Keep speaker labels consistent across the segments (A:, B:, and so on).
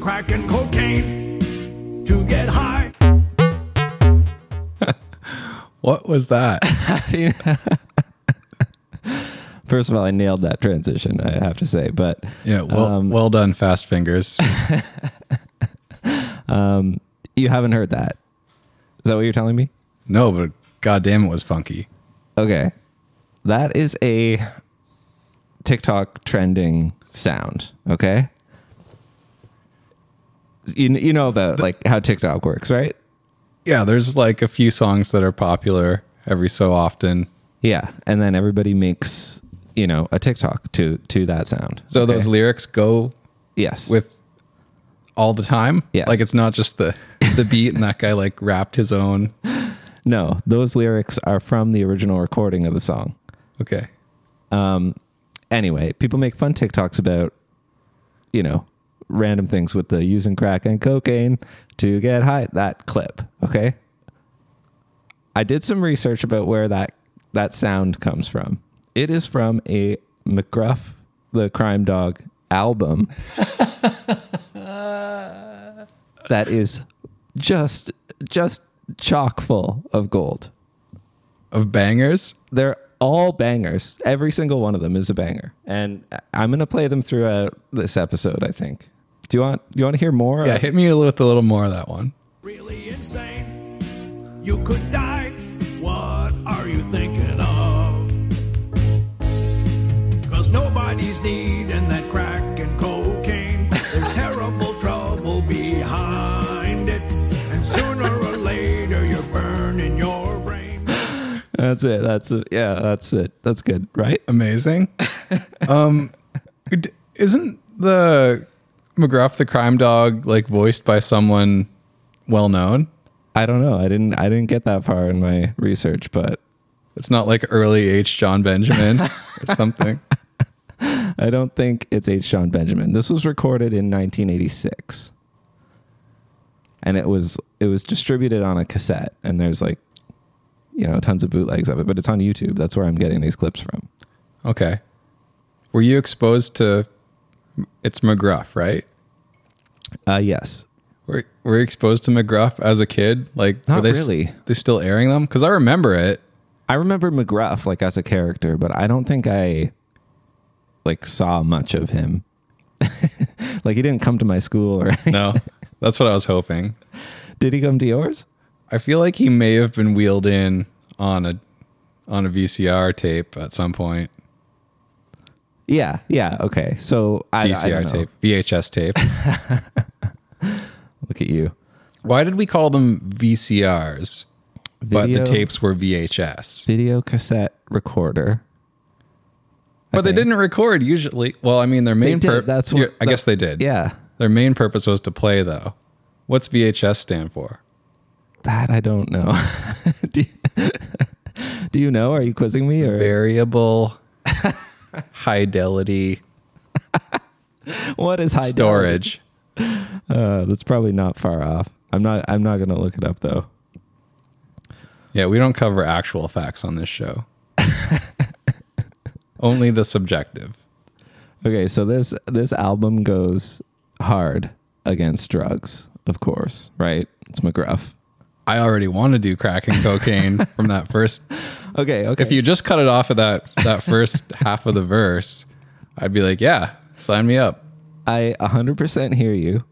A: crack and cocaine to get high.
B: What was that?
C: First of all, I nailed that transition, I have to say. But
B: Yeah, well,
C: Um,
B: well done, Fast Fingers.
C: you haven't heard that. Is that what you're telling me?
B: No, but goddamn, it was funky.
C: Okay. That is a TikTok trending sound, okay? You, you know about like how TikTok works, right?
B: Yeah, there's like a few songs that are popular every so often.
C: Yeah, and then everybody makes, you know, a TikTok to to that sound.
B: So those
C: Okay.
B: lyrics go
C: yes.
B: with all the time.
C: Yes.
B: like it's not just the the beat and that guy like rapped his own.
C: no, those lyrics are from the original recording of the song.
B: Okay,
C: anyway, people make fun TikToks about, you know, random things with the using crack and cocaine to get high. That clip, okay. I did some research about where that that sound comes from. It is from a McGruff the Crime Dog album. that is just just chock full of gold.
B: of bangers.
C: They're all bangers. Every single one of them is a banger, and I'm gonna play them throughout this episode. I think. Do you want you want to hear more?
B: Yeah, hit me a little- with a little more of that one.
A: Really insane. You could die. What are you thinking of? Cause nobody's needing that crack and cocaine. There's terrible trouble behind it. And sooner or later, you're burning your brain.
C: that's it. That's it. yeah. That's it. That's good, right?
B: Amazing. um, d- isn't the McGruff the crime dog like voiced by someone well known?
C: I don't know. I didn't I didn't get that far in my research, but
B: It's not like early H. John Benjamin or something.
C: I don't think it's H. John Benjamin. This was recorded in 1986, and it was it was distributed on a cassette. And there's like, you know, tons of bootlegs of it, but it's on YouTube. That's where I'm getting these clips from.
B: Okay. Were you exposed to it's McGruff, right?
C: Uh, yes,
B: Were, were you exposed to McGruff as a kid? Like, were
C: Not
B: they s-
C: really.
B: they still airing them? Because I remember it.
C: I remember McGruff like as a character, but I don't think I like saw much of him. like he didn't come to my school or
B: No, that's what I was hoping.
C: did he come to yours?
B: I feel like he may have been wheeled in on a on a VCR tape at some point.
C: Yeah, yeah, okay. So I, I
B: VCR
C: don't know.
B: tape, VHS tape.
C: Look at you.
B: Why did we call them VCRs? But
C: Video-
B: the tapes were VHS.
C: video cassette recorder.
B: But they
C: think.
B: didn't record usually. Well, I mean, their main
C: did,
B: purpose.
C: that's what-
B: I guess they did.
C: Yeah,
B: Their main purpose was to play, though. What's VHS stand for?
C: that I don't know. do, you, do you know? Are you quizzing me or
B: Variable, high fidelity
C: what is high dollar?
B: storage.
C: Uh, that's probably not far off. I'm not. I'm not going to look it up though.
B: Yeah, we don't cover actual facts on this show. Only the subjective.
C: Okay, so this this album goes hard against drugs, of course, right? It's McGruff.
B: I already want to do crack and cocaine from that first.
C: Okay, okay.
B: If you just cut it off at that that first half of the verse, I'd be like, yeah, sign me up.
C: I 100% hear you,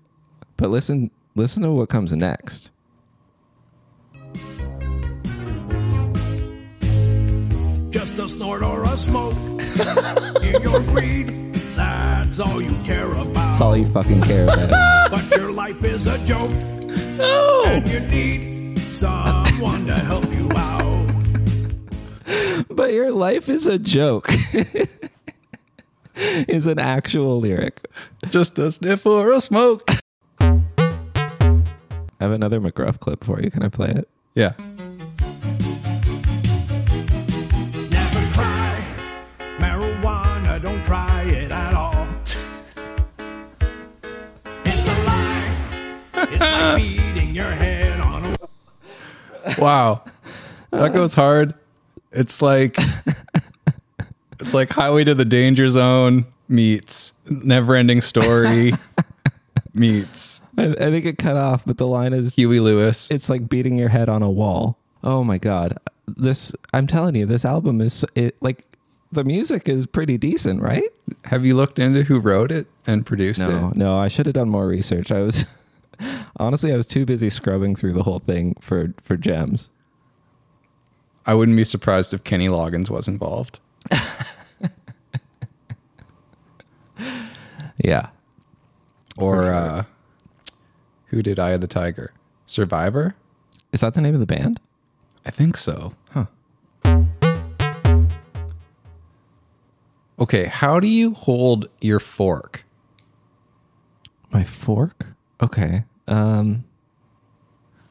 C: but listen listen to what comes next.
A: Just a snort or a smoke. In your greed, that's all you care about.
C: That's all you fucking care about.
A: But your life is a joke. And you need someone to help you out.
C: but your life is a joke. is an actual lyric.
B: Just a sniff or a smoke.
C: I have another McGruff clip for you. Can I play it?
B: Yeah.
A: Never try marijuana, don't try it at all. It's a lie. It's like beating your head on a
B: Wow. That goes hard. It's like it's like Highway to the Danger Zone meets Never Ending Story meets
C: I, I think it cut off, but the line is
B: Huey Lewis.
C: it's like beating your head on a wall. Oh my god. This I'm telling you, this album is it like the music is pretty decent, right?
B: Have you looked into who wrote it and produced
C: No,
B: it?
C: no, I should have done more research. I was honestly I was too busy scrubbing through the whole thing for for gems.
B: I wouldn't be surprised if Kenny Loggins was involved.
C: Yeah.
B: Or uh, who did Eye of the Tiger? Survivor?
C: Is that the name of the band?
B: I think so. Huh. Okay, how do you hold your fork?
C: My fork? Okay. Um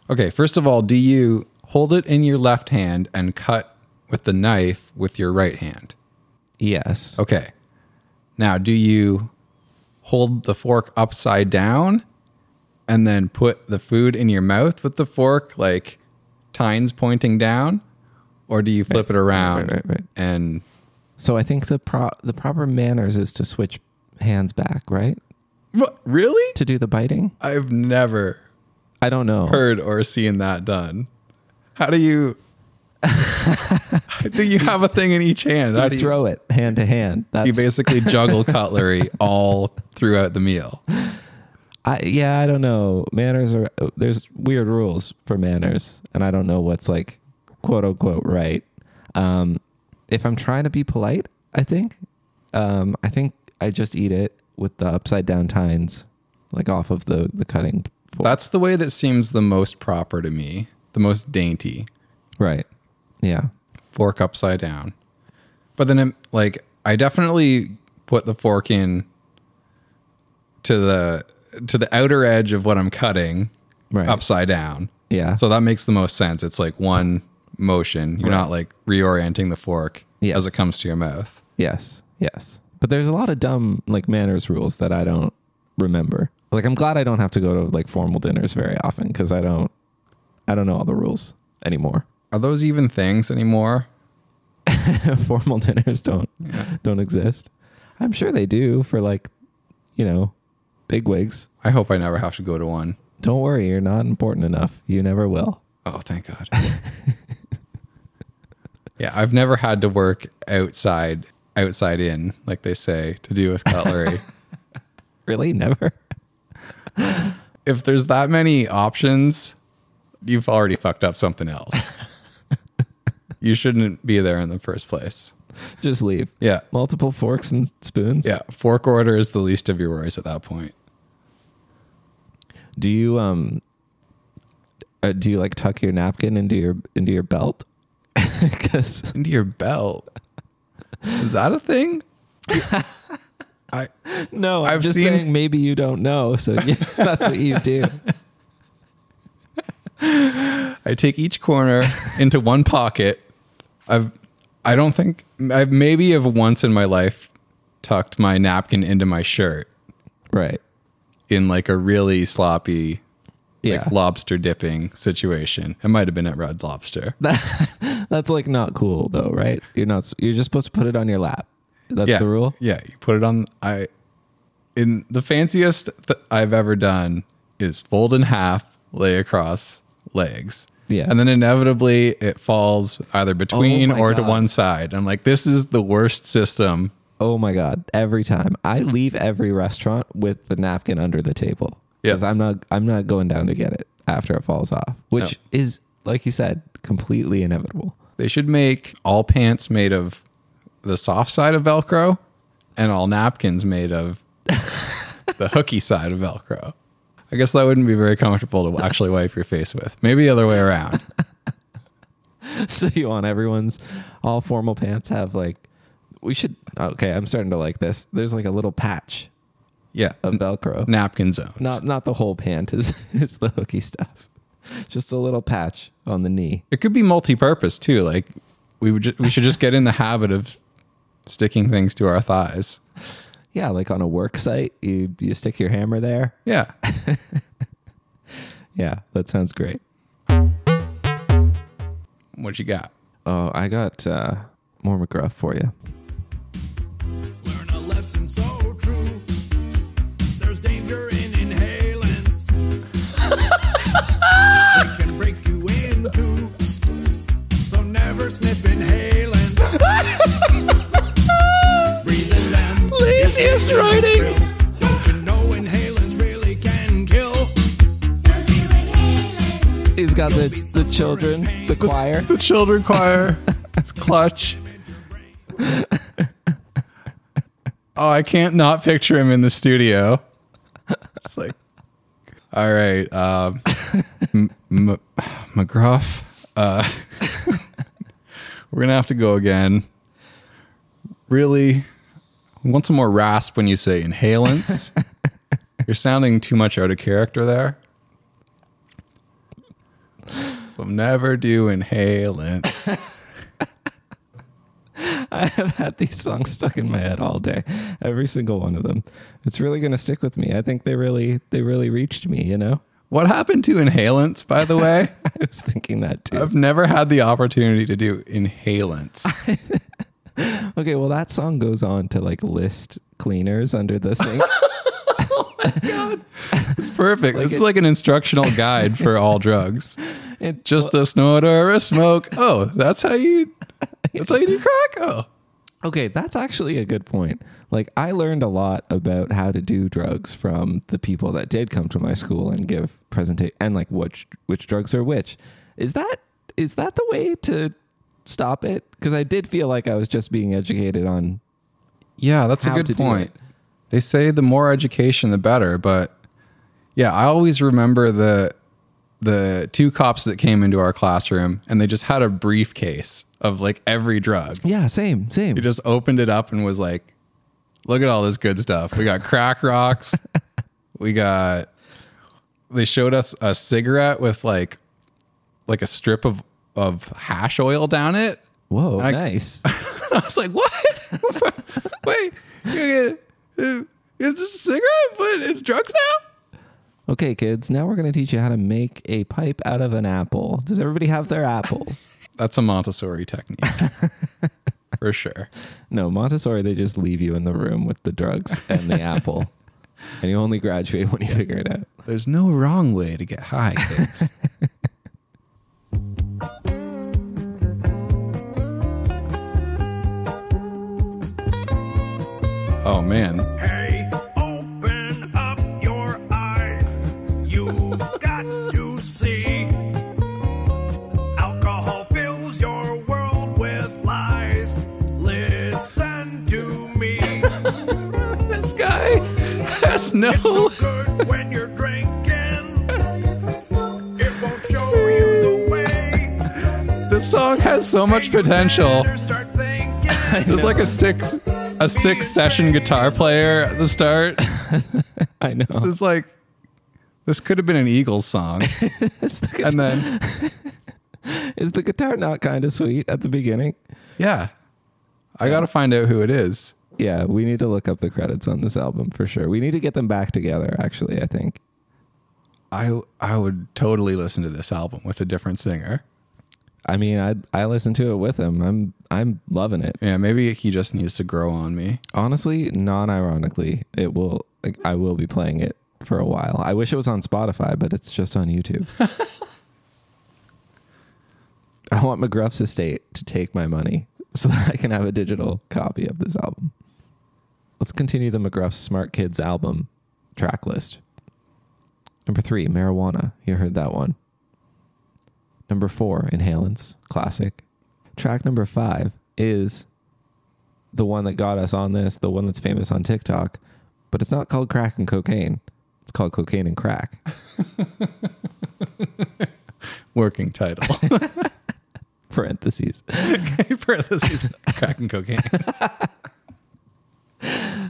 B: Okay, first of all, do you hold it in your left hand and cut with the knife with your right hand?
C: yes.
B: Okay. Now, do you hold the fork upside down and then put the food in your mouth with the fork, like tines pointing down? Or do you flip it around
C: right, right, right.
B: and
C: So I think the pro- the proper manners is to switch hands back, right?
B: What, really?
C: To do the biting?
B: I've never
C: I don't know.
B: heard or seen that done. How do you? do you have a thing in each hand? How
C: you
B: do you,
C: throw it hand to hand.
B: you
C: That's
B: basically juggle cutlery all throughout the meal.
C: I, yeah, I don't know. Manners are there's weird rules for manners, and I don't know what's like quote unquote right. Um, if I'm trying to be polite, I think um, I think I just eat it with the upside down tines, like off of the the cutting. Fork.
B: That's the way that seems the most proper to me, the most dainty.
C: right. Yeah.
B: Fork upside down. But then, I'm, like, I definitely put the fork in to the to the outer edge of what I'm cutting
C: Right.
B: upside down.
C: Yeah.
B: So that makes the most sense. It's like one motion. You're not like reorienting the fork
C: Yes.
B: as it comes to your mouth.
C: Yes, yes. But there's a lot of dumb like manners rules that I don't remember. Like I'm glad I don't have to go to like formal dinners very often because I don't, I don't know all the rules anymore.
B: Are those even things anymore?
C: formal dinners don't don't exist. I'm sure they do for like, you know, big wigs.
B: I hope I never have to go to one.
C: Don't worry, you're not important enough. You never will.
B: Oh, thank God. yeah, I've never had to work outside outside in, like they say, to do with cutlery.
C: Really, never.
B: if there's that many options, you've already fucked up something else. you shouldn't be there in the first place.
C: Just leave.
B: Yeah.
C: Multiple forks and spoons.
B: Yeah, fork order is the least of your worries at that point.
C: Do you um uh, do you like tuck your napkin into your into your belt? Cuz
B: Into your belt. Is that a thing? I
C: no, I'm
B: I've
C: just
B: seen-
C: saying maybe you don't know, so yeah, that's what you do.
B: I take each corner into one pocket. I've I don't think I maybe have once in my life tucked my napkin into my shirt
C: Right.
B: in like a really sloppy
C: Yeah.
B: like lobster dipping situation. It might have been at Red Lobster.
C: that's like not cool though, right? You're not s- you're just supposed to put it on your lap. That's
B: yeah,
C: the rule.
B: Yeah, you put it on. I in the fanciest th- I've ever done is fold in half, lay across legs.
C: Yeah. Oh
B: and then inevitably it falls either between
C: my
B: or to
C: God.
B: one side. I'm like, this is the worst system.
C: Oh my god! Every time I leave every restaurant with the napkin under the table,
B: Yeah.
C: I'm not I'm not going down to get it after it falls off, which is like you said, completely inevitable.
B: They should make all pants made of the soft side of Velcro and all napkins made of the hooky side of Velcro. I guess that wouldn't be very comfortable to actually wipe your face with. Maybe the other way around.
C: so you want everyone's all formal pants have like we should okay. I'm starting to like this. There's like a little patch
B: Yeah. um,
C: of Velcro.
B: napkin zones.
C: Not not the whole pant is is the hooky stuff. Just a little patch on the knee.
B: It could be multi-purpose too. Like we would ju- we should just get in the habit of sticking things to our thighs.
C: Yeah, like on a work site, you you stick your hammer there.
B: Yeah.
C: Yeah, that sounds great.
B: What you got?
C: Oh, I got uh, more McGruff for you.
A: Learn a lesson so true. There's danger in inhaling. You're sniffing Halen. Breathing them.
C: Laziest writing.
A: Don't you know inhalants really can kill?
C: He's got the, the children, the choir.
B: The children choir. It's clutch. oh, I can't not picture him in the studio. It's like, all right, um, M- M- McGruff. Uh, we're gonna have to go again. Really, we want some more rasp when you say inhalants. You're sounding too much out of character there. So never do inhalants.
C: I've had these songs stuck in my head all day, every single one of them. It's really going to stick with me. I think they really, they really reached me. You know,
B: What happened to inhalants, by the way?
C: I was thinking that too.
B: I've never had the opportunity to do inhalants.
C: Okay, well, that song goes on to like list cleaners under the sink.
B: It's perfect. this is like an instructional guide for all drugs.
C: It-
B: Just a snort or a smoke. Oh, that's how you. That's how you do crack. Oh,
C: Okay, that's actually a good point. Like, I learned a lot about how to do drugs from the people that did come to my school and give presentation and like which which drugs are which. Is that is that the way to stop it? Because I did feel like I was just being educated on.
B: yeah, that's
C: How
B: a
C: to
B: good
C: do
B: point.
C: it.
B: They say the more education, the better. But yeah, I always remember the the two cops that came into our classroom and they just had a briefcase of like every drug.
C: Yeah, same, same.
B: He just opened it up and was like, "Look at all this good stuff. We got crack rocks. we got." They showed us a cigarette with like, like a strip of of hash oil down it.
C: Whoa,
B: I-
C: nice.
B: I was like, "What? Wait, you get, uh, it's a cigarette, but it's drugs now."
C: okay, kids, now we're going to teach you how to make a pipe out of an apple. Does everybody have their apples?
B: That's a Montessori technique for sure.
C: No, Montessori, they just leave you in the room with the drugs and the apple. And you only graduate when you figure it out.
B: There's no wrong way to get high, kids. oh man,
A: Hey, open up your eyes. You got to see. Alcohol fills your world with lies. Listen to me.
B: this guy has no.
A: It's good when you're drinking. It won't show you the way.
B: This song has so much potential.
A: Better start thinking.
B: There's like a six, a six session guitar player at the start.
C: I know.
B: This is like, this could have been an Eagles song,
C: Is the, guitar,
B: and then
C: is the guitar not kind of sweet at the beginning?
B: yeah, I got to find out who it is.
C: Yeah, we need to look up the credits on this album for sure. We need to get them back together, actually, I think.
B: I I would totally listen to this album with a different singer.
C: I mean, I I listened to it with him. I'm I'm loving it.
B: Yeah, maybe he just needs to grow on me.
C: Honestly, non-ironically, it will like I will be playing it for a while. I wish it was on Spotify, but it's just on YouTube. I want McGruff's estate to take my money so that I can have a digital copy of this album. Let's continue the McGruff's Smart Kids album track list. Number three, marijuana. You heard that one. Number four, inhalants, classic. Track number five is the one that got us on this, the one that's famous on TikTok, but it's not called crack and cocaine. It's called cocaine and crack.
B: Working title.
C: Parentheses.
B: Parentheses, crack and cocaine.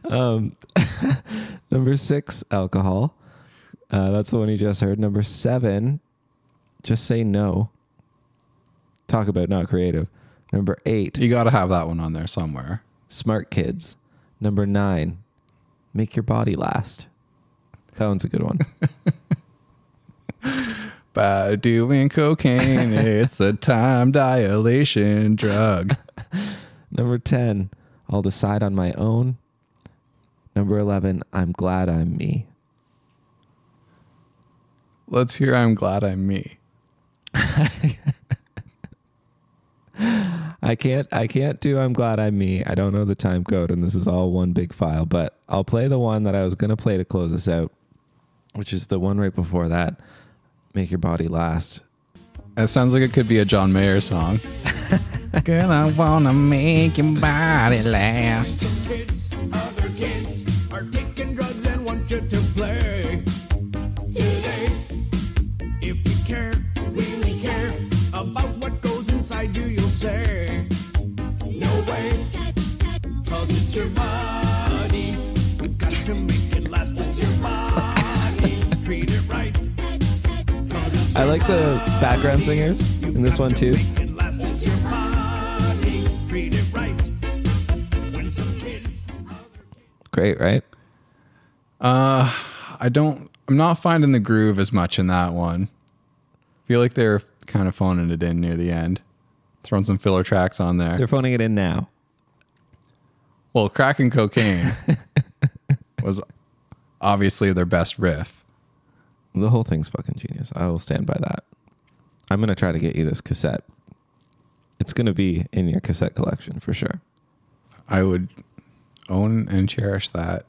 C: Um, Number six, alcohol. Uh, that's the one you just heard. Number seven, just say no. Talk about not creative. Number eight,
B: You got to have that one on there somewhere.
C: smart kids. Number nine, make your body last. That one's a good one.
B: By doing cocaine, it's a time dilation drug.
C: Number 10, I'll decide on my own. Number 11, I'm glad I'm me.
B: Let's hear I'm glad I'm me.
C: I can't I can't do I'm glad I'm me. I don't know the time code and this is all one big file, but I'll play the one that I was going to play to close this out, which is the one right before that. Make your body last.
B: That sounds like it could be a John Mayer song. Girl, I wanna make your body last.
A: Kids, other kids are taking drugs and want you to play. Today, if you care, really care about what goes inside you, you'll say, No way, cause it's your body. We've got to make it last. It's your body. Treat it right.
C: I like the background singers in this one too.
A: Make it last. It's your body. Treat it right. When some kids.
C: Great, right?
B: I don't. I'm not finding the groove as much in that one. Feel like they're kind of phoning it in near the end, throwing some filler tracks on there.
C: They're phoning it in now.
B: Well, crack and cocaine was obviously their best riff.
C: The whole thing's fucking genius. I will stand by that. I'm going to try to get you this cassette. It's going to be in your cassette collection for sure.
B: I would own and cherish that.